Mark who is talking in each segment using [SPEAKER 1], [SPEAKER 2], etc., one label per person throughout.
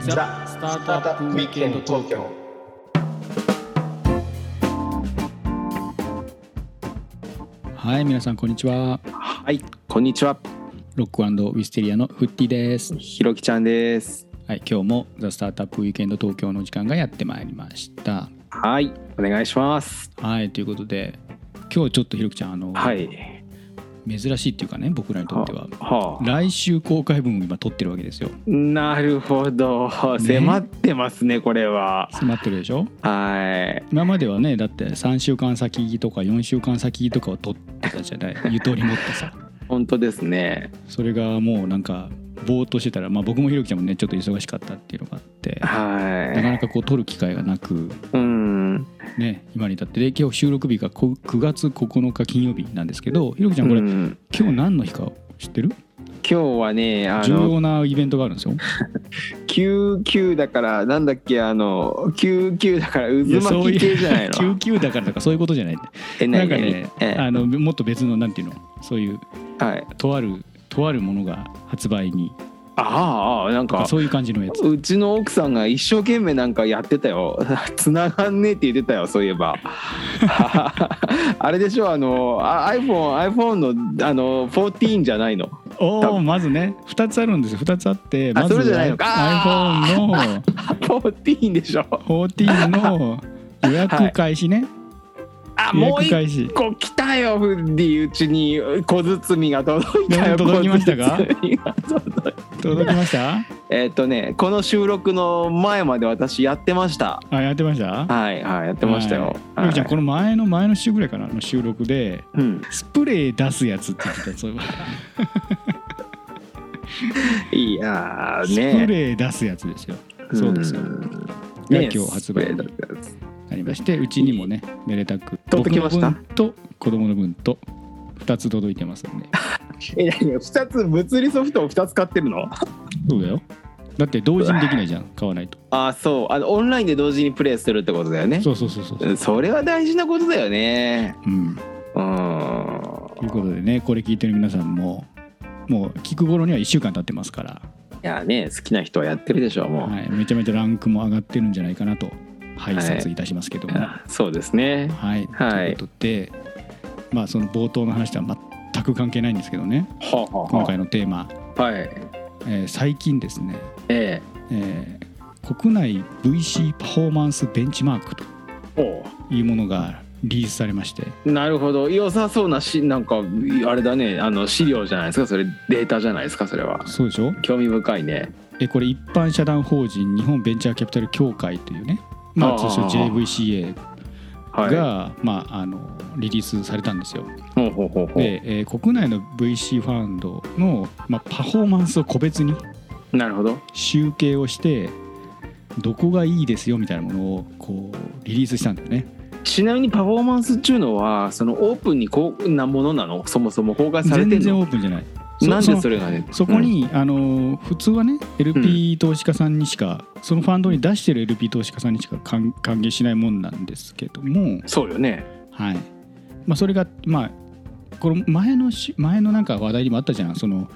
[SPEAKER 1] ザ・スタートアップウィークエンド東京
[SPEAKER 2] はい、皆さんこんにちは。
[SPEAKER 3] はい、こんにちは。
[SPEAKER 2] ロックウィステリアのフッティです。
[SPEAKER 3] ひろきちゃんです。
[SPEAKER 2] はい、今日もザスタートアップウィークエンド東京の時間がやってまいりました。
[SPEAKER 3] はい、お願いします。
[SPEAKER 2] はい、ということで、今日ちょっとひろきちゃんあの、
[SPEAKER 3] はい。
[SPEAKER 2] 珍しいっていうかね、僕らにとっては。
[SPEAKER 3] はあ。
[SPEAKER 2] 来週公開分を今撮ってるわけですよ。
[SPEAKER 3] なるほど。迫ってますね、これは。
[SPEAKER 2] 迫ってるでしょ。
[SPEAKER 3] はい。
[SPEAKER 2] 今まではね、だって三週間先とか四週間先とかを撮ってたじゃない。 ゆとり持ってさ。
[SPEAKER 3] 本当ですね。
[SPEAKER 2] それがもうなんかぼーっとしてたら、まあ僕もひろきちゃんもね、ちょっと忙しかったっていうのがあって、なか
[SPEAKER 3] は
[SPEAKER 2] なかこう撮る機会がなく。
[SPEAKER 3] い。うん。
[SPEAKER 2] ね、今に至ってで今日収録日がこ9月9日金曜日なんですけどひろきちゃんこれ、
[SPEAKER 3] うん
[SPEAKER 2] 今日何の日か知ってる
[SPEAKER 3] 今日はね、あ
[SPEAKER 2] 重
[SPEAKER 3] の、
[SPEAKER 2] 要なイベントがあるんですよ。
[SPEAKER 3] 救急だから、なんだっけ、あの、救急だから、
[SPEAKER 2] い
[SPEAKER 3] 渦
[SPEAKER 2] やそう
[SPEAKER 3] 巻
[SPEAKER 2] い
[SPEAKER 3] き系じゃないの
[SPEAKER 2] う。 救急だからとかそういうことじゃないんだ
[SPEAKER 3] え、な
[SPEAKER 2] なんん
[SPEAKER 3] か
[SPEAKER 2] か
[SPEAKER 3] ね
[SPEAKER 2] ね、
[SPEAKER 3] え
[SPEAKER 2] あのもっと別のなんていうのそういう
[SPEAKER 3] はい。
[SPEAKER 2] とあるとあるものが発売に
[SPEAKER 3] ああああ、なんか。
[SPEAKER 2] そういう感じのやつ
[SPEAKER 3] うちの奥さんが一生懸命なんかやってたよ 繋がんねえって言ってたよそういえば あれでしょあのあ iPhone, iPhone のあの14じゃないの
[SPEAKER 2] お
[SPEAKER 3] 多
[SPEAKER 2] お
[SPEAKER 3] 分
[SPEAKER 2] まずね2つあるんですよ2つあって
[SPEAKER 3] あ
[SPEAKER 2] まず
[SPEAKER 3] それじゃないのか
[SPEAKER 2] iPhone の
[SPEAKER 3] 14でしょ
[SPEAKER 2] 14の予約開始ね、
[SPEAKER 3] あ
[SPEAKER 2] 予
[SPEAKER 3] もう
[SPEAKER 2] 約
[SPEAKER 3] 一
[SPEAKER 2] 開始
[SPEAKER 3] 個来たよフッディうちに小包が届いた よ
[SPEAKER 2] 届きましたか
[SPEAKER 3] 小包が届い
[SPEAKER 2] 届きました
[SPEAKER 3] えっとねこの収録の前まで私やってました
[SPEAKER 2] あやってました
[SPEAKER 3] はいはいやってましたよ、
[SPEAKER 2] はいゆうちゃ
[SPEAKER 3] はい
[SPEAKER 2] んこの前の前の週ぐらいかなあの収録で
[SPEAKER 3] うん、
[SPEAKER 2] スプレー出すやつって言ってた そういえば
[SPEAKER 3] いや
[SPEAKER 2] ス
[SPEAKER 3] ー
[SPEAKER 2] プ
[SPEAKER 3] ね
[SPEAKER 2] レー出すやつですよそうですよ
[SPEAKER 3] ん
[SPEAKER 2] が
[SPEAKER 3] ね
[SPEAKER 2] 今日発売
[SPEAKER 3] スプレーだったやつ
[SPEAKER 2] ありましてうちにもねめでたく
[SPEAKER 3] 取ってきました
[SPEAKER 2] 僕の分と子供の分と2つ届いてます んで
[SPEAKER 3] え、何二つ物理ソフトを二つ買ってるの？
[SPEAKER 2] そうだよだって同時にできないじゃん買わないと
[SPEAKER 3] あ、そう。あのオンラインで同時にプレイするってことだよね。
[SPEAKER 2] そうそうそうそう
[SPEAKER 3] うんそれは大事なことだよね。
[SPEAKER 2] うん
[SPEAKER 3] うん。
[SPEAKER 2] ということでねこれ聞いてる皆さんももう聞く頃には1週間経ってますから、
[SPEAKER 3] いやね、好きな人はやってるでしょうもう。
[SPEAKER 2] はい、めちゃめちゃランクも上がってるんじゃないかなと拝察いたしますけども、
[SPEAKER 3] あそうですね。
[SPEAKER 2] はい、
[SPEAKER 3] はい
[SPEAKER 2] ということで、まあ、その冒頭の話とは全く関係ないんですけどね
[SPEAKER 3] はあはあ
[SPEAKER 2] 今回のテーマ、
[SPEAKER 3] はい。
[SPEAKER 2] えー最近ですね、
[SPEAKER 3] ええ。
[SPEAKER 2] えー国内 VC パフォーマンスベンチマークと
[SPEAKER 3] お
[SPEAKER 2] いうものがリリースされまして
[SPEAKER 3] なるほど良さそうなしなんかあれだねあの資料じゃないですかそれデータじゃないですかそれは
[SPEAKER 2] そうでしょ
[SPEAKER 3] 興味深いね
[SPEAKER 2] えこれ一般社団法人日本ベンチャーキャピタル協会というね、ま
[SPEAKER 3] あ
[SPEAKER 2] あ、
[SPEAKER 3] ー
[SPEAKER 2] 通称 JVCA
[SPEAKER 3] はい
[SPEAKER 2] が、まあ、あのリリースされたんですよ
[SPEAKER 3] ほうほうほうほ
[SPEAKER 2] で、えー国内の VC ファンドの、まあ、パフォーマンスを個別に
[SPEAKER 3] うなるほど
[SPEAKER 2] 集計をしてどこがいいですよみたいなものをこうリリースしたんだよね
[SPEAKER 3] ちなみにパフォーマンスっていうのはそのオープンにこうなものなのそもそも包括されて
[SPEAKER 2] 全
[SPEAKER 3] る
[SPEAKER 2] 然
[SPEAKER 3] の
[SPEAKER 2] オープンじゃない
[SPEAKER 3] なん
[SPEAKER 2] そ
[SPEAKER 3] で
[SPEAKER 2] の
[SPEAKER 3] それがね
[SPEAKER 2] そこ、に、あの普通はね LP 投資家さんにしか、そのファンドに出してる LP 投資家さんにしか歓歓迎しないもんなんですけども
[SPEAKER 3] う、んそうよね
[SPEAKER 2] はいまあ、それがまあこの前のし前のなんか話題にもあったじゃんその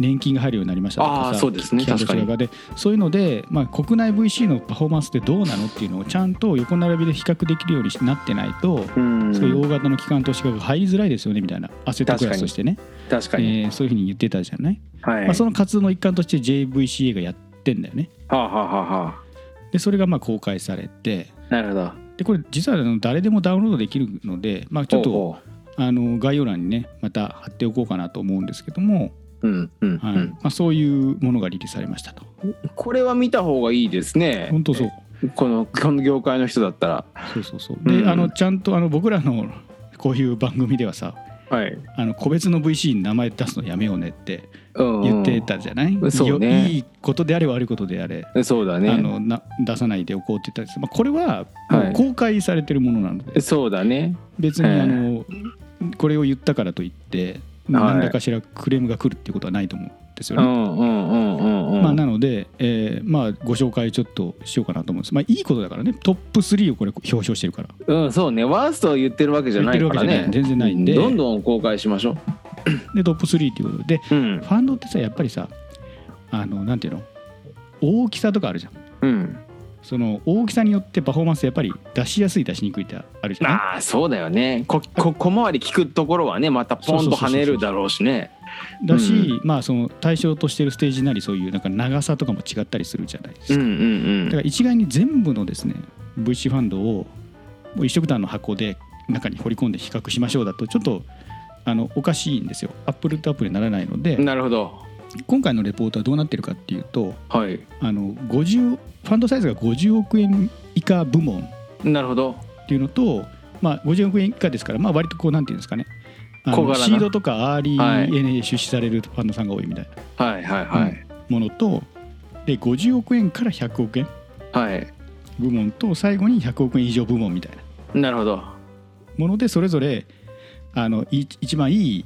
[SPEAKER 2] 年金が入るようになりましたと
[SPEAKER 3] あ
[SPEAKER 2] か
[SPEAKER 3] ー
[SPEAKER 2] さ
[SPEAKER 3] そうですね
[SPEAKER 2] 企業
[SPEAKER 3] 確かに
[SPEAKER 2] 側でそういうので、まあ、国内 VC のパフォーマンスってどうなのっていうのをちゃんと横並びで比較できるようになってないと、
[SPEAKER 3] うん
[SPEAKER 2] そういう大型の機関投資家が入りづらいですよねみたいなアセットクラスとしてね、
[SPEAKER 3] 確かに、
[SPEAKER 2] えーそういうふうに言ってたじゃない、
[SPEAKER 3] はい、
[SPEAKER 2] まあ、その活動の一環として JVCA がやってんだよね
[SPEAKER 3] はあ、はあはあはあ、
[SPEAKER 2] でそれがまあ公開されて
[SPEAKER 3] なるほど
[SPEAKER 2] でこれ実はあの誰でもダウンロードできるので、まあ、ちょっと
[SPEAKER 3] おう
[SPEAKER 2] あの概要欄にねまた貼っておこうかなと思うんですけども、
[SPEAKER 3] おううんうん、
[SPEAKER 2] はい
[SPEAKER 3] うん
[SPEAKER 2] まあ、そういうものがリリースされましたと
[SPEAKER 3] これは見た方がいいですね
[SPEAKER 2] 本当そう
[SPEAKER 3] このこの業界の人だったら
[SPEAKER 2] そうそうそう
[SPEAKER 3] う
[SPEAKER 2] で
[SPEAKER 3] ん
[SPEAKER 2] あのちゃんとあの僕らのこういう番組ではさ
[SPEAKER 3] はい、
[SPEAKER 2] あの個別の VC に名前出すのやめようねって
[SPEAKER 3] うん
[SPEAKER 2] 言ってたじゃない、
[SPEAKER 3] んそうね
[SPEAKER 2] よいいことであれ悪いことであれ、
[SPEAKER 3] たそうだ
[SPEAKER 2] あ
[SPEAKER 3] ね
[SPEAKER 2] のな出さないでおこうって言ったんです、まあ、これは
[SPEAKER 3] はい
[SPEAKER 2] もう公開されてるものなので、
[SPEAKER 3] そうだね
[SPEAKER 2] 別にあのこれを言ったからといって何らかしらクレームが来るっていうことはないと思うんです
[SPEAKER 3] う
[SPEAKER 2] よね。
[SPEAKER 3] んうんうんうんうん
[SPEAKER 2] まあ、なので、えーまあ、ご紹介ちょっとしようかなと思うんです、まあ、いいことだからねトップ3をこれ表彰してるから
[SPEAKER 3] うんそうねワーストを言ってるわけじゃないからね
[SPEAKER 2] 言ってるわけじゃない全然ないんで
[SPEAKER 3] どんどん公開しましょ
[SPEAKER 2] でトップ3っていうことで
[SPEAKER 3] ううん
[SPEAKER 2] ファンドってさやっぱりさあのなんていうの大きさとかあるじゃん
[SPEAKER 3] うん
[SPEAKER 2] その大きさによってパフォーマンスやっぱり出しやすい出しにくいってあるじゃない
[SPEAKER 3] まあそうだよねここ小回り聞くところはねまたポンと跳ねるだろうしね
[SPEAKER 2] だし、
[SPEAKER 3] う
[SPEAKER 2] まあその対象としてるステージなりそういうなんか長さとかも違ったりするじゃないです
[SPEAKER 3] う
[SPEAKER 2] か、
[SPEAKER 3] んう
[SPEAKER 2] だ
[SPEAKER 3] ん
[SPEAKER 2] から一概に全部のですね VC ファンドをもう一色単の箱で中に掘り込んで比較しましょうだとちょっとあのおかしいんですよアップルとアップルにならないので、
[SPEAKER 3] うんなるほど
[SPEAKER 2] 今回のレポートはどうなってるかっていうと
[SPEAKER 3] はい
[SPEAKER 2] あの50ファンドサイズが50億円以下部門
[SPEAKER 3] なるほど
[SPEAKER 2] っていうのと、まあ、50億円以下ですから、まあ、割とこうなんていうんですかねあの
[SPEAKER 3] 小柄な
[SPEAKER 2] シードとかアーリー n 出資されるファンドさんが多いみたい
[SPEAKER 3] はいはいはい、
[SPEAKER 2] なものとで50億円から100億円
[SPEAKER 3] はい
[SPEAKER 2] 部門と最後に100億円以上部門みたいな
[SPEAKER 3] なるほど
[SPEAKER 2] ものでそれぞれあのい一番いい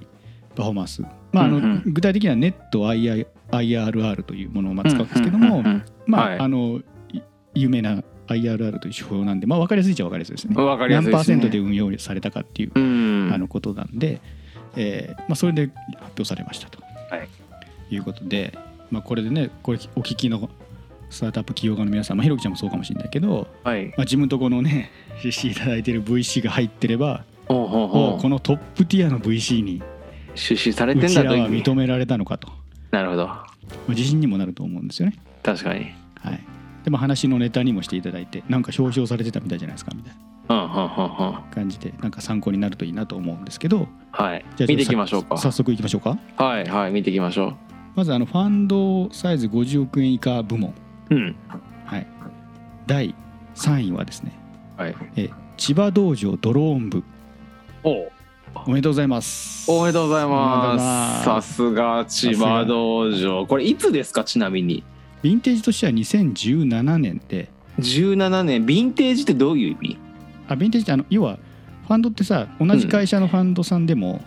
[SPEAKER 2] パフォーマンス、まああの
[SPEAKER 3] うんうん
[SPEAKER 2] 具体的にはネット IR IRR というものをまあ使うんですけど
[SPEAKER 3] う
[SPEAKER 2] も
[SPEAKER 3] んうん
[SPEAKER 2] まあ、
[SPEAKER 3] はい
[SPEAKER 2] あのい有名な IRR という手法なんで、まあ、分かりやすいっちゃ分かりやすいですね。
[SPEAKER 3] うんわかりや
[SPEAKER 2] 何
[SPEAKER 3] すい
[SPEAKER 2] パーセント
[SPEAKER 3] で
[SPEAKER 2] です
[SPEAKER 3] ね
[SPEAKER 2] 運用されたかっていう
[SPEAKER 3] うん
[SPEAKER 2] あのことなんで、えーまあ、それで発表されましたと、
[SPEAKER 3] はい
[SPEAKER 2] い、うことで、まあ、これでねこれお聞きのスタートアップ起業家の皆さん、まあ、ひろきちゃんもそうかもしれないけど、
[SPEAKER 3] はい
[SPEAKER 2] まあ、自分とこのね 出資いただいてる VC が入ってれば、
[SPEAKER 3] ほうほう
[SPEAKER 2] お
[SPEAKER 3] ほ
[SPEAKER 2] このトップティアの VC に
[SPEAKER 3] う出資され
[SPEAKER 2] う
[SPEAKER 3] てん
[SPEAKER 2] ち
[SPEAKER 3] だ
[SPEAKER 2] ら
[SPEAKER 3] と
[SPEAKER 2] は認められたのかと、ま
[SPEAKER 3] なるほど
[SPEAKER 2] あ、自信にもなると思うんですよね。
[SPEAKER 3] 確かに
[SPEAKER 2] はい、でも話のネタにもしていただいてなんか表彰されてたみたいじゃないですかみたい
[SPEAKER 3] うんうんうんうん
[SPEAKER 2] な感じでなんか参考になるといいなと思うんですけど
[SPEAKER 3] はい
[SPEAKER 2] じゃあ
[SPEAKER 3] 見ていきましょうか
[SPEAKER 2] 早速いきましょうか
[SPEAKER 3] はいはい見ていきましょ
[SPEAKER 2] まずあのファンドサイズ50億円以下部門、
[SPEAKER 3] ううん
[SPEAKER 2] はい、第3位はですね
[SPEAKER 3] はい
[SPEAKER 2] え千葉道場ドローン部
[SPEAKER 3] おう
[SPEAKER 2] おめでとうございます
[SPEAKER 3] おめでとうございます
[SPEAKER 2] おめでとうござい
[SPEAKER 3] さ
[SPEAKER 2] ます
[SPEAKER 3] すが千葉道場これいつですかちなみに
[SPEAKER 2] ヴィンテージとしては2017年で
[SPEAKER 3] 17年ヴィンテージってどういう意味
[SPEAKER 2] あヴィンテージってあの要はファンドってさ同じ会社のファンドさんでも、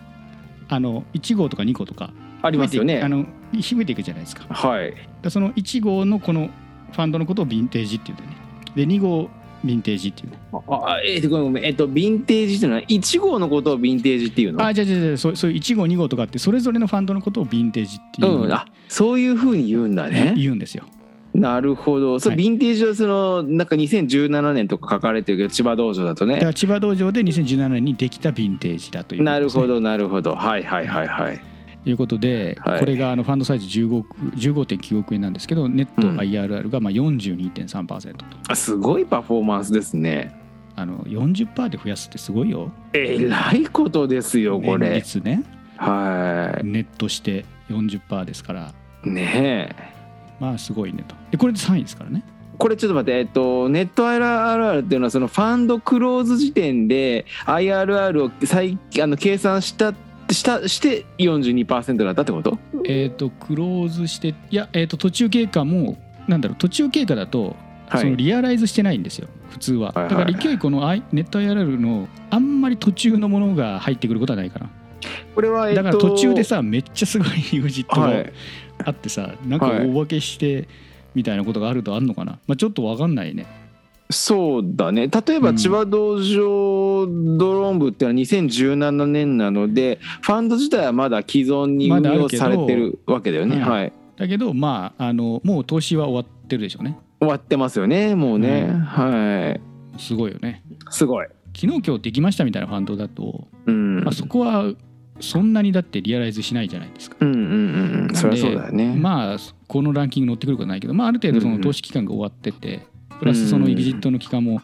[SPEAKER 2] あの1号とか2号とか
[SPEAKER 3] あり
[SPEAKER 2] 増
[SPEAKER 3] ま
[SPEAKER 2] えて
[SPEAKER 3] す
[SPEAKER 2] いく
[SPEAKER 3] よね
[SPEAKER 2] あの秘めていくじゃないですか
[SPEAKER 3] はい
[SPEAKER 2] だその1号のこのファンドのことをヴィンテージっていうんだよねで2号ヴィンテージっていうね
[SPEAKER 3] あえー、ごめんごめんえっとヴィンテージっていうのは1号のことをヴィンテージっていうの
[SPEAKER 2] あじゃあじゃあじゃあそうそういう1号2号とかってそれぞれのファンドのことをヴィンテージっていう
[SPEAKER 3] うんあそういうふうに言うんだね
[SPEAKER 2] 言うんですよ
[SPEAKER 3] なるほどそう
[SPEAKER 2] は
[SPEAKER 3] ヴ
[SPEAKER 2] い
[SPEAKER 3] ィンテージはそのなんか2017年とか書かれてるけど千葉道場だと
[SPEAKER 2] だか
[SPEAKER 3] ね
[SPEAKER 2] ら千葉道場で2017年にできたヴィンテージだということですね、
[SPEAKER 3] なるほどなるほどはいはいはいはい
[SPEAKER 2] ということで、
[SPEAKER 3] はい
[SPEAKER 2] これがあのファンドサイズ15億15.9億円なんですけどネット
[SPEAKER 3] うん
[SPEAKER 2] IRR がまあ42.3%と、
[SPEAKER 3] あすごいパフォーマンスですね
[SPEAKER 2] あの40%で増やすってすごいよ
[SPEAKER 3] えらいことですよこ
[SPEAKER 2] 年
[SPEAKER 3] れ
[SPEAKER 2] 率ね
[SPEAKER 3] は
[SPEAKER 2] ネットして40%ですから
[SPEAKER 3] いねえ
[SPEAKER 2] まあすごいねとでこれで3位ですからね
[SPEAKER 3] これちょっと待って、えっと、ネット IRR っていうのはそのファンドクローズ時点で IRR を再あの計算したしたして42%だったってこと
[SPEAKER 2] えっ、とクローズしていや、えー、と途中経過もなんだろう途中経過だと、
[SPEAKER 3] はい
[SPEAKER 2] そのリアライズしてないんですよ普通は、
[SPEAKER 3] はいはい
[SPEAKER 2] だから勢いこの I ネット IRR のあんまり途中のものが入ってくることはないから
[SPEAKER 3] これは、えっと、
[SPEAKER 2] だから途中で、さめっちゃすごい ユージット
[SPEAKER 3] は
[SPEAKER 2] が
[SPEAKER 3] い、
[SPEAKER 2] あってさ、なんか
[SPEAKER 3] はい
[SPEAKER 2] 大化けしてみたいなことがあるとあんのかな、まあ、ちょっとわかんないね
[SPEAKER 3] そうだね例えば
[SPEAKER 2] うん
[SPEAKER 3] 千葉道場ドローン部っていうのは2017年なのでファンド自体はまだ既存に
[SPEAKER 2] ま
[SPEAKER 3] 運
[SPEAKER 2] だあ
[SPEAKER 3] 用
[SPEAKER 2] るけど
[SPEAKER 3] されてるわけだよね、
[SPEAKER 2] はい
[SPEAKER 3] はい、
[SPEAKER 2] だけどまああのもう投資は終わってるでしょうね
[SPEAKER 3] 終わってますよねもうね、
[SPEAKER 2] うん
[SPEAKER 3] はい
[SPEAKER 2] すごいよね
[SPEAKER 3] すごい、
[SPEAKER 2] 昨日今日できましたみたいなファンドだと、
[SPEAKER 3] うん、
[SPEAKER 2] まあ、そこはそんなにだってリアライズしないじゃないですか
[SPEAKER 3] うんうんうんうんそりゃそうだよね、
[SPEAKER 2] まあこのランキング乗ってくることはないけど、まあ、ある程度そ
[SPEAKER 3] うんう
[SPEAKER 2] の
[SPEAKER 3] ん
[SPEAKER 2] 投資期間が終わってて、プラスそのエグジットの期間も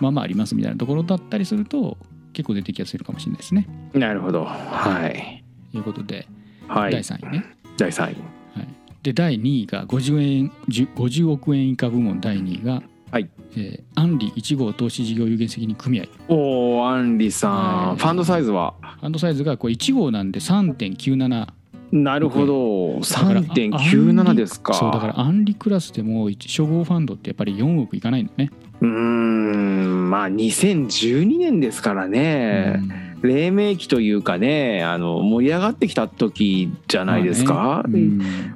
[SPEAKER 2] まあまあありますみたいなところだったりすると結構出てきやすいのかもしれないですね。
[SPEAKER 3] なるほど。はい。
[SPEAKER 2] ということで、
[SPEAKER 3] はい。
[SPEAKER 2] 第3位ね。
[SPEAKER 3] 第三位。
[SPEAKER 2] はい、で第2位が 50, 円10 50億円以下部門第2位が、
[SPEAKER 3] はい
[SPEAKER 2] えーアンリ1号投資事業有限責任組合
[SPEAKER 3] おお、アンリさん、
[SPEAKER 2] はい
[SPEAKER 3] ファンドサイズは。
[SPEAKER 2] ハンドサイズがこれ1号なんで3.97
[SPEAKER 3] なるほど。三点九
[SPEAKER 2] だ
[SPEAKER 3] 七
[SPEAKER 2] からアンリ
[SPEAKER 3] ですか。
[SPEAKER 2] そうだからアンリクラスでも一初号ファンドってやっぱり4億いかないんだよね。
[SPEAKER 3] うーん、まあ、二千十二年ですからね。
[SPEAKER 2] うん
[SPEAKER 3] 黎明期というかね、あの盛り上がってきた時じゃないですか。
[SPEAKER 2] まあね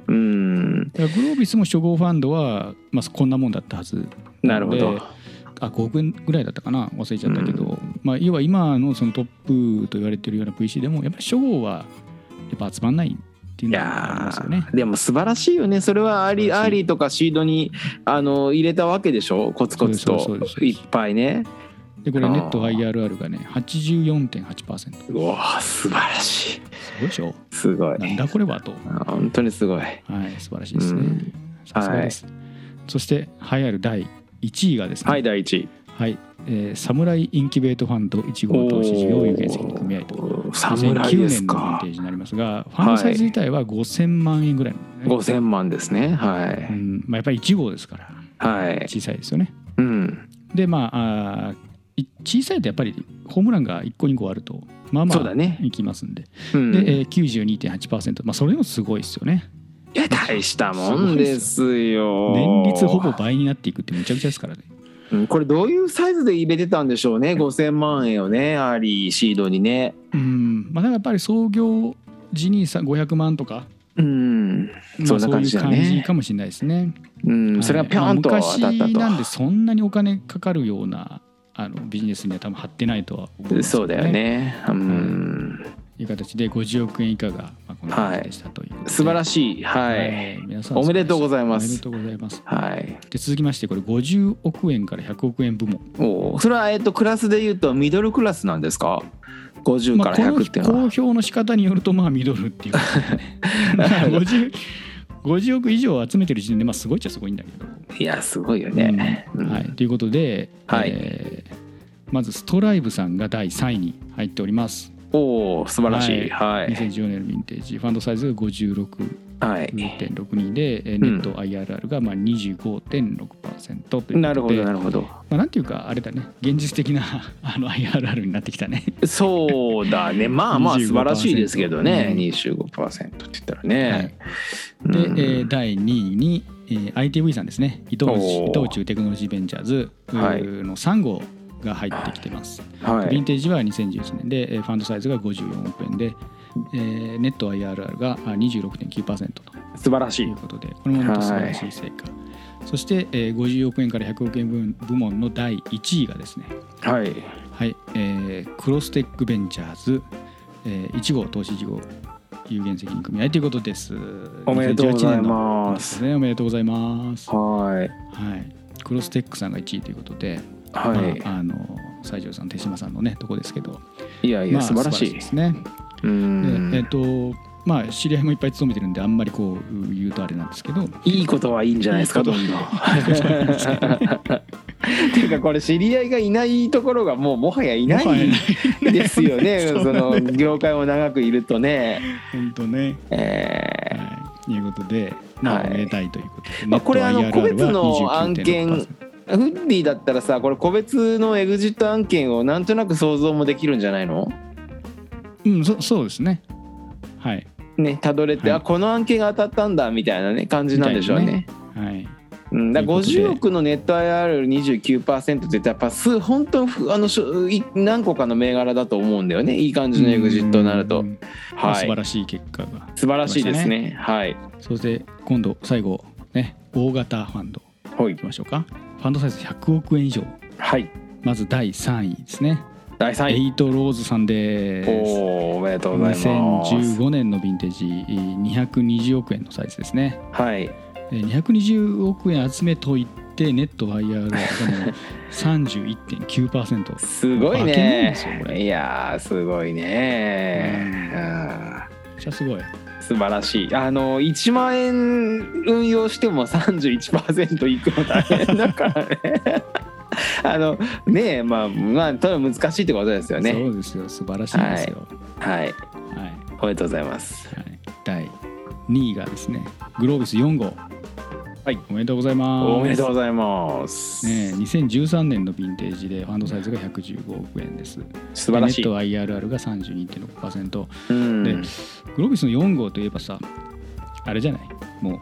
[SPEAKER 2] う
[SPEAKER 3] う
[SPEAKER 2] ん
[SPEAKER 3] ん、
[SPEAKER 2] だからグロービスも初号ファンドは、まあ、こんなもんだったはず
[SPEAKER 3] なるほ
[SPEAKER 2] で
[SPEAKER 3] ど。
[SPEAKER 2] あ5億円ぐらいだったかな忘れちゃったけど、まあ、要は今のそのトップと言われてるような VC でもやっぱり初号はやっぱ集まんないっていう
[SPEAKER 3] い
[SPEAKER 2] のがあり
[SPEAKER 3] や
[SPEAKER 2] ますよ
[SPEAKER 3] ー、
[SPEAKER 2] ね。
[SPEAKER 3] でも素晴らしいよね。それはアーリ
[SPEAKER 2] 素晴
[SPEAKER 3] ー
[SPEAKER 2] らしい
[SPEAKER 3] アーリーとかシードにあの入れたわけでしょ。コツコツと
[SPEAKER 2] そうですそうですそうで
[SPEAKER 3] い
[SPEAKER 2] す
[SPEAKER 3] っぱいね。
[SPEAKER 2] でこれ
[SPEAKER 3] あー
[SPEAKER 2] ネット IRR がね84.8%す
[SPEAKER 3] うわー素晴らしい。
[SPEAKER 2] ごいでしょ
[SPEAKER 3] すごい。
[SPEAKER 2] なんだこれはと、
[SPEAKER 3] 本当にすごい。
[SPEAKER 2] はい、素晴らしいですね、
[SPEAKER 3] うん
[SPEAKER 2] さすがです、そして栄えある第1位がですね
[SPEAKER 3] はい第一位。
[SPEAKER 2] はいえーサムライインキュベートファンド1号投資事業有限責任組合と
[SPEAKER 3] おー侍
[SPEAKER 2] 2009
[SPEAKER 3] です
[SPEAKER 2] 年のヴィン
[SPEAKER 3] か
[SPEAKER 2] テー。ジになりますがファンドサイズ自体は5000万円ぐらいなんでね、
[SPEAKER 3] 五千万ですね。は
[SPEAKER 2] う
[SPEAKER 3] い。
[SPEAKER 2] んまあ、やっぱり1号ですから
[SPEAKER 3] はい。
[SPEAKER 2] 小さいですよね
[SPEAKER 3] うん。
[SPEAKER 2] でまああーい小さいとやっぱりホームランが1個2個あるとまあま
[SPEAKER 3] そうだ
[SPEAKER 2] あ
[SPEAKER 3] ね。
[SPEAKER 2] いきますんで、
[SPEAKER 3] うん
[SPEAKER 2] で、えー、92.8%、まあ、それでもすごいですよね。
[SPEAKER 3] いや大したもんですよ。
[SPEAKER 2] 年率ほぼ倍になっていくってめちゃくちゃですからね。
[SPEAKER 3] うんこれどういうサイズで入れてたんでしょうね5000万円をねアーリーシードにね
[SPEAKER 2] うん、まあ、だからやっぱり創業時にさ500万とか、
[SPEAKER 3] うん
[SPEAKER 2] まあ、
[SPEAKER 3] そんな感じだね
[SPEAKER 2] そういう感じかもしれないですね。
[SPEAKER 3] うんそれが
[SPEAKER 2] はい
[SPEAKER 3] ピョンと
[SPEAKER 2] まあ
[SPEAKER 3] 当たった
[SPEAKER 2] 昔
[SPEAKER 3] と、
[SPEAKER 2] なんでそんなにお金かかるようなあのビジネスには多分張ってないとは思います
[SPEAKER 3] そうだよ。ねうん
[SPEAKER 2] という形で50億円以下が、まあ、この感じでしたということで、
[SPEAKER 3] 素晴ら
[SPEAKER 2] し
[SPEAKER 3] しいはい
[SPEAKER 2] い、皆さん
[SPEAKER 3] おめでとうございま
[SPEAKER 2] おめですとうございます。
[SPEAKER 3] はい
[SPEAKER 2] で続きましてこれ50億円から100億円部門。
[SPEAKER 3] おーそれはえっとクラスで言うとミドルクラスなんですか50
[SPEAKER 2] ま
[SPEAKER 3] か
[SPEAKER 2] あ、
[SPEAKER 3] ら
[SPEAKER 2] この
[SPEAKER 3] 100っていうの
[SPEAKER 2] 公
[SPEAKER 3] は、
[SPEAKER 2] 表の仕方によるとまあミドルっていうことでねまあ 50, 50億以上集めてる時点でまあすごいっちゃすごいんだけど、
[SPEAKER 3] いやすごいよね、うん
[SPEAKER 2] はい、ということで、
[SPEAKER 3] はい
[SPEAKER 2] えーまずストライブさんが第3位に入っております
[SPEAKER 3] おお素晴らしいはい
[SPEAKER 2] 2014年のヴィンテージファンドサイズが56.62
[SPEAKER 3] はい、
[SPEAKER 2] で、えーネット IRR がまあ25.6%ということで
[SPEAKER 3] なるほどなるほど
[SPEAKER 2] まあ、なんていうかあれだね現実的な あの IRR になってきたね
[SPEAKER 3] そうだね。まあまあ
[SPEAKER 2] 25%
[SPEAKER 3] 素晴らしいですけどね。
[SPEAKER 2] うん
[SPEAKER 3] 25%って言ったらね。
[SPEAKER 2] はい
[SPEAKER 3] うん
[SPEAKER 2] で、えー第2位に、えー ITV さんですね伊藤
[SPEAKER 3] おー
[SPEAKER 2] 伊藤忠テクノロジーベンチャーズ
[SPEAKER 3] はい
[SPEAKER 2] の3号が入ってきてます、
[SPEAKER 3] は
[SPEAKER 2] ヴィ
[SPEAKER 3] い
[SPEAKER 2] ン。テージは2011年でえーファンドサイズが54億円で、えーネット IRR があ26.9%と
[SPEAKER 3] 素晴らし
[SPEAKER 2] い。
[SPEAKER 3] いう
[SPEAKER 2] ことでこれもまた素晴らしい成果、そして、えー50億円から100億円分部門の第1位がですね、
[SPEAKER 3] はい。
[SPEAKER 2] はいえークロステックベンチャーズ、えー1号投資事業有限責任組合ということです
[SPEAKER 3] おめでとうござい
[SPEAKER 2] 2018年の
[SPEAKER 3] ます。
[SPEAKER 2] ね、おめでとうございます。は
[SPEAKER 3] はい。
[SPEAKER 2] い、クロステックさんが1位ということで、
[SPEAKER 3] は
[SPEAKER 2] まあ、あの西条さん手島さんのねとこですけど、
[SPEAKER 3] い。いやい
[SPEAKER 2] ま
[SPEAKER 3] や
[SPEAKER 2] あ
[SPEAKER 3] 素晴らしい
[SPEAKER 2] で。すね。
[SPEAKER 3] う
[SPEAKER 2] でえっ、
[SPEAKER 3] ん。
[SPEAKER 2] とまあ知り合いもいっぱい勤めてるんであんまりこう言うとあれなんですけど、
[SPEAKER 3] いいことはいいんじゃないですか。
[SPEAKER 2] いい
[SPEAKER 3] ど
[SPEAKER 2] こと
[SPEAKER 3] んどん。っていうかこれ知り合いがいないところがもうもはやいな
[SPEAKER 2] もはやい
[SPEAKER 3] いですよね。
[SPEAKER 2] そう
[SPEAKER 3] その業界も長くいるとね。
[SPEAKER 2] 本当ね。
[SPEAKER 3] えー
[SPEAKER 2] はい、ということで、まあ、
[SPEAKER 3] はい
[SPEAKER 2] おめでたいということで、
[SPEAKER 3] まあこれあの
[SPEAKER 2] ネット IRR
[SPEAKER 3] 個
[SPEAKER 2] は
[SPEAKER 3] 別の案件
[SPEAKER 2] 29.6%
[SPEAKER 3] フッディだったらさこれ個別のエグジット案件をなんとなく想像もできるんじゃないの
[SPEAKER 2] うん、そそうですね。はい、
[SPEAKER 3] ねたどれて、
[SPEAKER 2] はい
[SPEAKER 3] あこの案件が当たったんだみたいなね感じなんでしょうね
[SPEAKER 2] みたいはい、
[SPEAKER 3] うん、だから
[SPEAKER 2] とい
[SPEAKER 3] 50
[SPEAKER 2] うこ
[SPEAKER 3] 億のネット IR29% ってやっぱ数本当ふあのしょい何個かの銘柄だと思うんだよねいい感じのエグジットになる
[SPEAKER 2] う
[SPEAKER 3] と
[SPEAKER 2] んまあ
[SPEAKER 3] は
[SPEAKER 2] 素
[SPEAKER 3] い
[SPEAKER 2] 晴らしい結果が。
[SPEAKER 3] 素晴らしいですねはい
[SPEAKER 2] そして今度最後ね大型ファンド
[SPEAKER 3] ほい
[SPEAKER 2] いきましょうかファンドサイズ100億円以上
[SPEAKER 3] はい
[SPEAKER 2] まず第3位ですね、
[SPEAKER 3] 第3
[SPEAKER 2] エ
[SPEAKER 3] 位
[SPEAKER 2] イトローズさんです
[SPEAKER 3] おおおめでとうございます
[SPEAKER 2] 2015年のヴィンテージ220億円のサイズですね
[SPEAKER 3] はい
[SPEAKER 2] えー220億円集めといてネット IR がもう 31.9%
[SPEAKER 3] すごい
[SPEAKER 2] 化け物で
[SPEAKER 3] ね
[SPEAKER 2] すよこ。れ
[SPEAKER 3] いやーすごいね、
[SPEAKER 2] うめっちゃすごい
[SPEAKER 3] うん素晴らしい。あの1万円運用しても31%いくの大変だからね。 あのねえまあまあ多分難しいってことですよね。
[SPEAKER 2] そうですよ素晴らしいですよ、
[SPEAKER 3] はい。
[SPEAKER 2] はいはい
[SPEAKER 3] おめでとうございます。
[SPEAKER 2] 第2位がですねグロービス4号
[SPEAKER 3] はい
[SPEAKER 2] おめでとうございます
[SPEAKER 3] おめでとうございます。
[SPEAKER 2] ねえ、2013年のヴィンテージでファンドサイズが115億円です。
[SPEAKER 3] 素晴らしい。
[SPEAKER 2] でネット IRR が32.6%。
[SPEAKER 3] うん
[SPEAKER 2] で、グロビスの4号といえばさ、あれじゃないもう、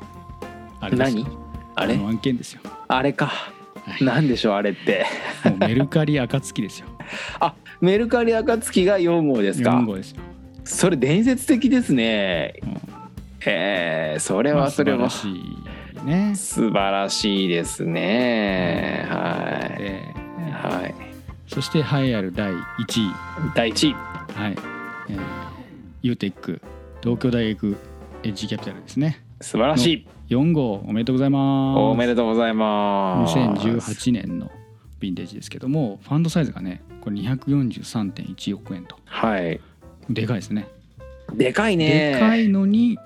[SPEAKER 2] あれですよ
[SPEAKER 3] 何？あれ
[SPEAKER 2] の案件ですよ。
[SPEAKER 3] あれか。
[SPEAKER 2] はい
[SPEAKER 3] なんでしょうあれって。
[SPEAKER 2] もうメルカリ暁ですよ。
[SPEAKER 3] メルカリ暁が4号 ですか
[SPEAKER 2] 4。号ですよ。
[SPEAKER 3] それ伝説的ですね。
[SPEAKER 2] うん
[SPEAKER 3] えー、それ
[SPEAKER 2] ま
[SPEAKER 3] は
[SPEAKER 2] あ素
[SPEAKER 3] それ
[SPEAKER 2] 晴
[SPEAKER 3] は
[SPEAKER 2] ら
[SPEAKER 3] 素
[SPEAKER 2] しいね。
[SPEAKER 3] 晴らしいですね。は
[SPEAKER 2] で
[SPEAKER 3] い。はい。
[SPEAKER 2] そして栄えある第1位、
[SPEAKER 3] 第一位。
[SPEAKER 2] はいえー、ユーテック東京大学 H キャピタルですね
[SPEAKER 3] 素晴らしい
[SPEAKER 2] 4号おめでとうございます
[SPEAKER 3] おめでとうございます
[SPEAKER 2] 2018年のヴィンテージですけどもファンドサイズがねこれ243.1億円と
[SPEAKER 3] はい
[SPEAKER 2] でかいですね
[SPEAKER 3] でかいね
[SPEAKER 2] でかいのに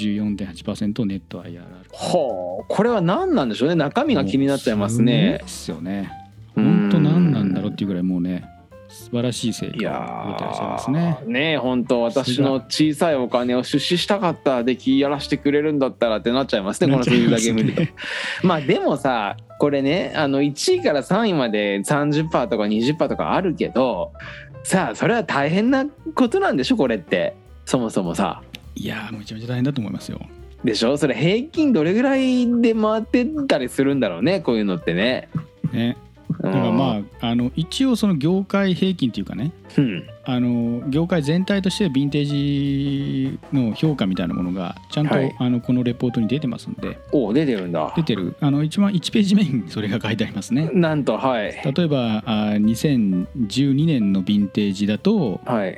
[SPEAKER 2] 34.8%ネット IRR
[SPEAKER 3] ほうこれは何なんでしょうね中身が気になっちゃいます
[SPEAKER 2] もうごい
[SPEAKER 3] ね
[SPEAKER 2] ですよね本当何なんだろうっていうぐらいもうね素晴らしい成
[SPEAKER 3] いや
[SPEAKER 2] 果を
[SPEAKER 3] ー
[SPEAKER 2] 得てらっしゃいますね
[SPEAKER 3] ねえ本当私の小さいお金を出資したかったできやらしてくれるんだったらってなっちゃいますねこのページだけ見ると。まあでもさこれねあの1位から3位まで30%とか20%とかあるけどさあそれは大変なことなんでしょこれってそもそもさ。
[SPEAKER 2] いやーもうめちゃめちゃ大変だと思いますよ
[SPEAKER 3] でしょそれ平均どれぐらいで回ってたりするんだろうねこういうのってね。
[SPEAKER 2] ね
[SPEAKER 3] だ
[SPEAKER 2] だからまああの一応その業界平均っていうかね
[SPEAKER 3] うん、
[SPEAKER 2] あの業界全体としてヴィンテージの評価みたいなものがちゃんと、
[SPEAKER 3] はい
[SPEAKER 2] あのこのレポートに出てますんで
[SPEAKER 3] お出てるんだ
[SPEAKER 2] 出。てるあの一番1ページ目にそれが書いてありますね
[SPEAKER 3] なんとはい
[SPEAKER 2] 例えばあー2012年のヴィンテージだと
[SPEAKER 3] はい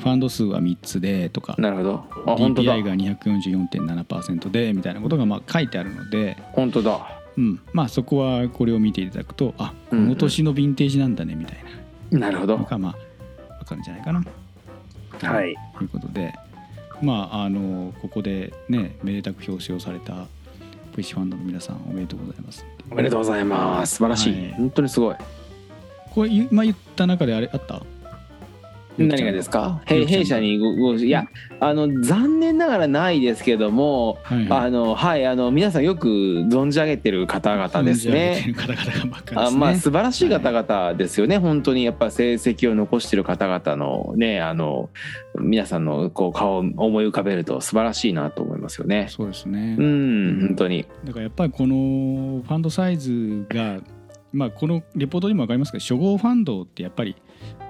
[SPEAKER 2] ファンド数は3つでとか
[SPEAKER 3] なるほど。あ本当だ
[SPEAKER 2] DPI が244.7%でみたいなことがまあ書いてあるので、
[SPEAKER 3] 本当だ。
[SPEAKER 2] うん、まあそこはこれを見ていただくとあこ
[SPEAKER 3] うんうん
[SPEAKER 2] の年のヴィンテージなんだねみたい
[SPEAKER 3] なるほ
[SPEAKER 2] な
[SPEAKER 3] ど。
[SPEAKER 2] のがまあ分かるんじゃないかな
[SPEAKER 3] はい。
[SPEAKER 2] ということで、まあ、あのここでねめでたく表彰された VC ファンドの皆さんおめでとうございます
[SPEAKER 3] おめでとうございます。素晴らしい。
[SPEAKER 2] はい
[SPEAKER 3] 本当にすごい。
[SPEAKER 2] これ今言った中であれあった
[SPEAKER 3] 何がですか？弊
[SPEAKER 2] よくちゃん
[SPEAKER 3] 弊社にごごいやあの残念ながらないですけども、
[SPEAKER 2] はい
[SPEAKER 3] あのはいあの皆さんよく存じ上げてる方々ですね。
[SPEAKER 2] 存じ上げてる方々ばっかりで
[SPEAKER 3] あ
[SPEAKER 2] すね
[SPEAKER 3] まあ素晴らしい方々ですよね、本当にやっぱ成績を残してる方々のねあの皆さんのこう顔を思い浮かべると素晴らしいなと思いますよね。
[SPEAKER 2] そうですね、
[SPEAKER 3] うん、本当に
[SPEAKER 2] だからやっぱりこのファンドサイズが、まあ、このレポートにも分かりますけど初号ファンドってやっぱり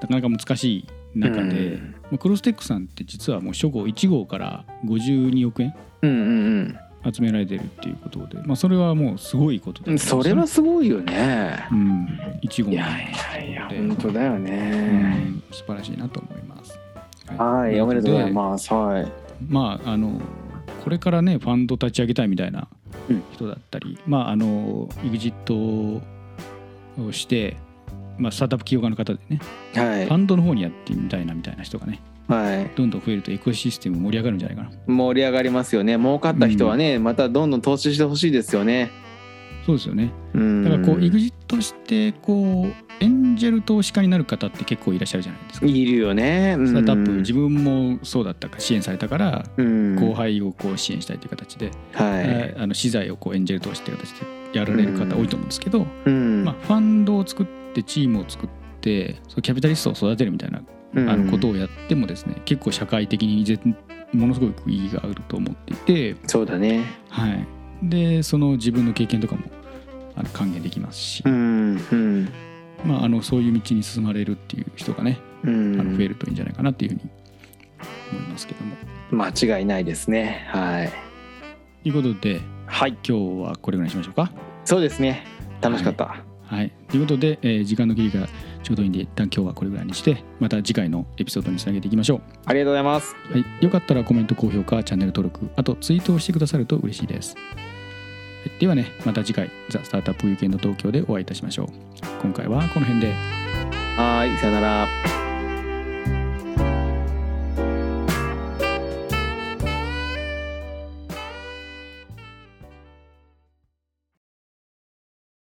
[SPEAKER 2] なかなか難しい中で、
[SPEAKER 3] うん
[SPEAKER 2] まあクロステックさんって実はもう初号1号から52億円
[SPEAKER 3] うんうん
[SPEAKER 2] 集められてるっていうことで、まあ、それはもうすごいこと
[SPEAKER 3] う
[SPEAKER 2] で、
[SPEAKER 3] んそれはすごいよね。
[SPEAKER 2] うん、1号
[SPEAKER 3] い
[SPEAKER 2] の
[SPEAKER 3] やいやいや本当だよ
[SPEAKER 2] う
[SPEAKER 3] ね。
[SPEAKER 2] ん素晴らしいなと思います。
[SPEAKER 3] はい、おめでとうござい
[SPEAKER 2] す
[SPEAKER 3] ます。はい。
[SPEAKER 2] まあ、あのこれからねファンド立ち上げたいみたいな
[SPEAKER 3] うん
[SPEAKER 2] 人だったり、まああの EXIT をして、まあ、スタートアップ起業家の方でね
[SPEAKER 3] はい
[SPEAKER 2] ファ。ンドの方にやってみたいなみたいな人がね
[SPEAKER 3] はい。
[SPEAKER 2] どんどん増えるとエコシステム盛り上がるんじゃないかな
[SPEAKER 3] 盛り上がりますよね。儲かった人はね、またどんどん投資してほしいですよね。
[SPEAKER 2] そうですよね
[SPEAKER 3] うん。
[SPEAKER 2] だからこう EXIT してこうエンジェル投資家になる方って結構いらっしゃるじゃないですか
[SPEAKER 3] いるよね。
[SPEAKER 2] スタートアップ
[SPEAKER 3] うん
[SPEAKER 2] 自分もそうだったから支援されたから
[SPEAKER 3] うん。
[SPEAKER 2] 後輩をこう支援したいという形で、
[SPEAKER 3] はい
[SPEAKER 2] え。ーあの資材をこうエンジェル投資という形でやられる方多いと思うんですけど、
[SPEAKER 3] うん。
[SPEAKER 2] まあ、ファンドを作ってチームを作ってそのキャピタリストを育てるみたいな
[SPEAKER 3] うん
[SPEAKER 2] あのことをやってもですね結構社会的にぜものすごく意義があると思っていて、
[SPEAKER 3] そうだね。
[SPEAKER 2] はい、でその自分の経験とかもあの還元できますし
[SPEAKER 3] う、ん。うん。
[SPEAKER 2] まあ、あのそういう道に進まれるっていう人がね
[SPEAKER 3] う
[SPEAKER 2] あ
[SPEAKER 3] ん。
[SPEAKER 2] の増えるといいんじゃないかなっていうふうに思いますけども。
[SPEAKER 3] 間違いないですね。はい。
[SPEAKER 2] ということで
[SPEAKER 3] はい。
[SPEAKER 2] 今日はこれぐらいにしましょうか。
[SPEAKER 3] そうですね。楽しかった。
[SPEAKER 2] はい、ということで、えー時間の切りがちょうどいいんで一旦今日はこれぐらいにしてまた次回のエピソードにつなげていきましょう。
[SPEAKER 3] ありがとうございます。
[SPEAKER 2] はい、よかったらコメント、高評価、チャンネル登録、あとツイートをしてくださると嬉しいです。はいではね、また次回、ザ・スタートアップ・ウィーケンド東京でお会いいたしましょう。今回はこの辺で。
[SPEAKER 3] はい。さよなら。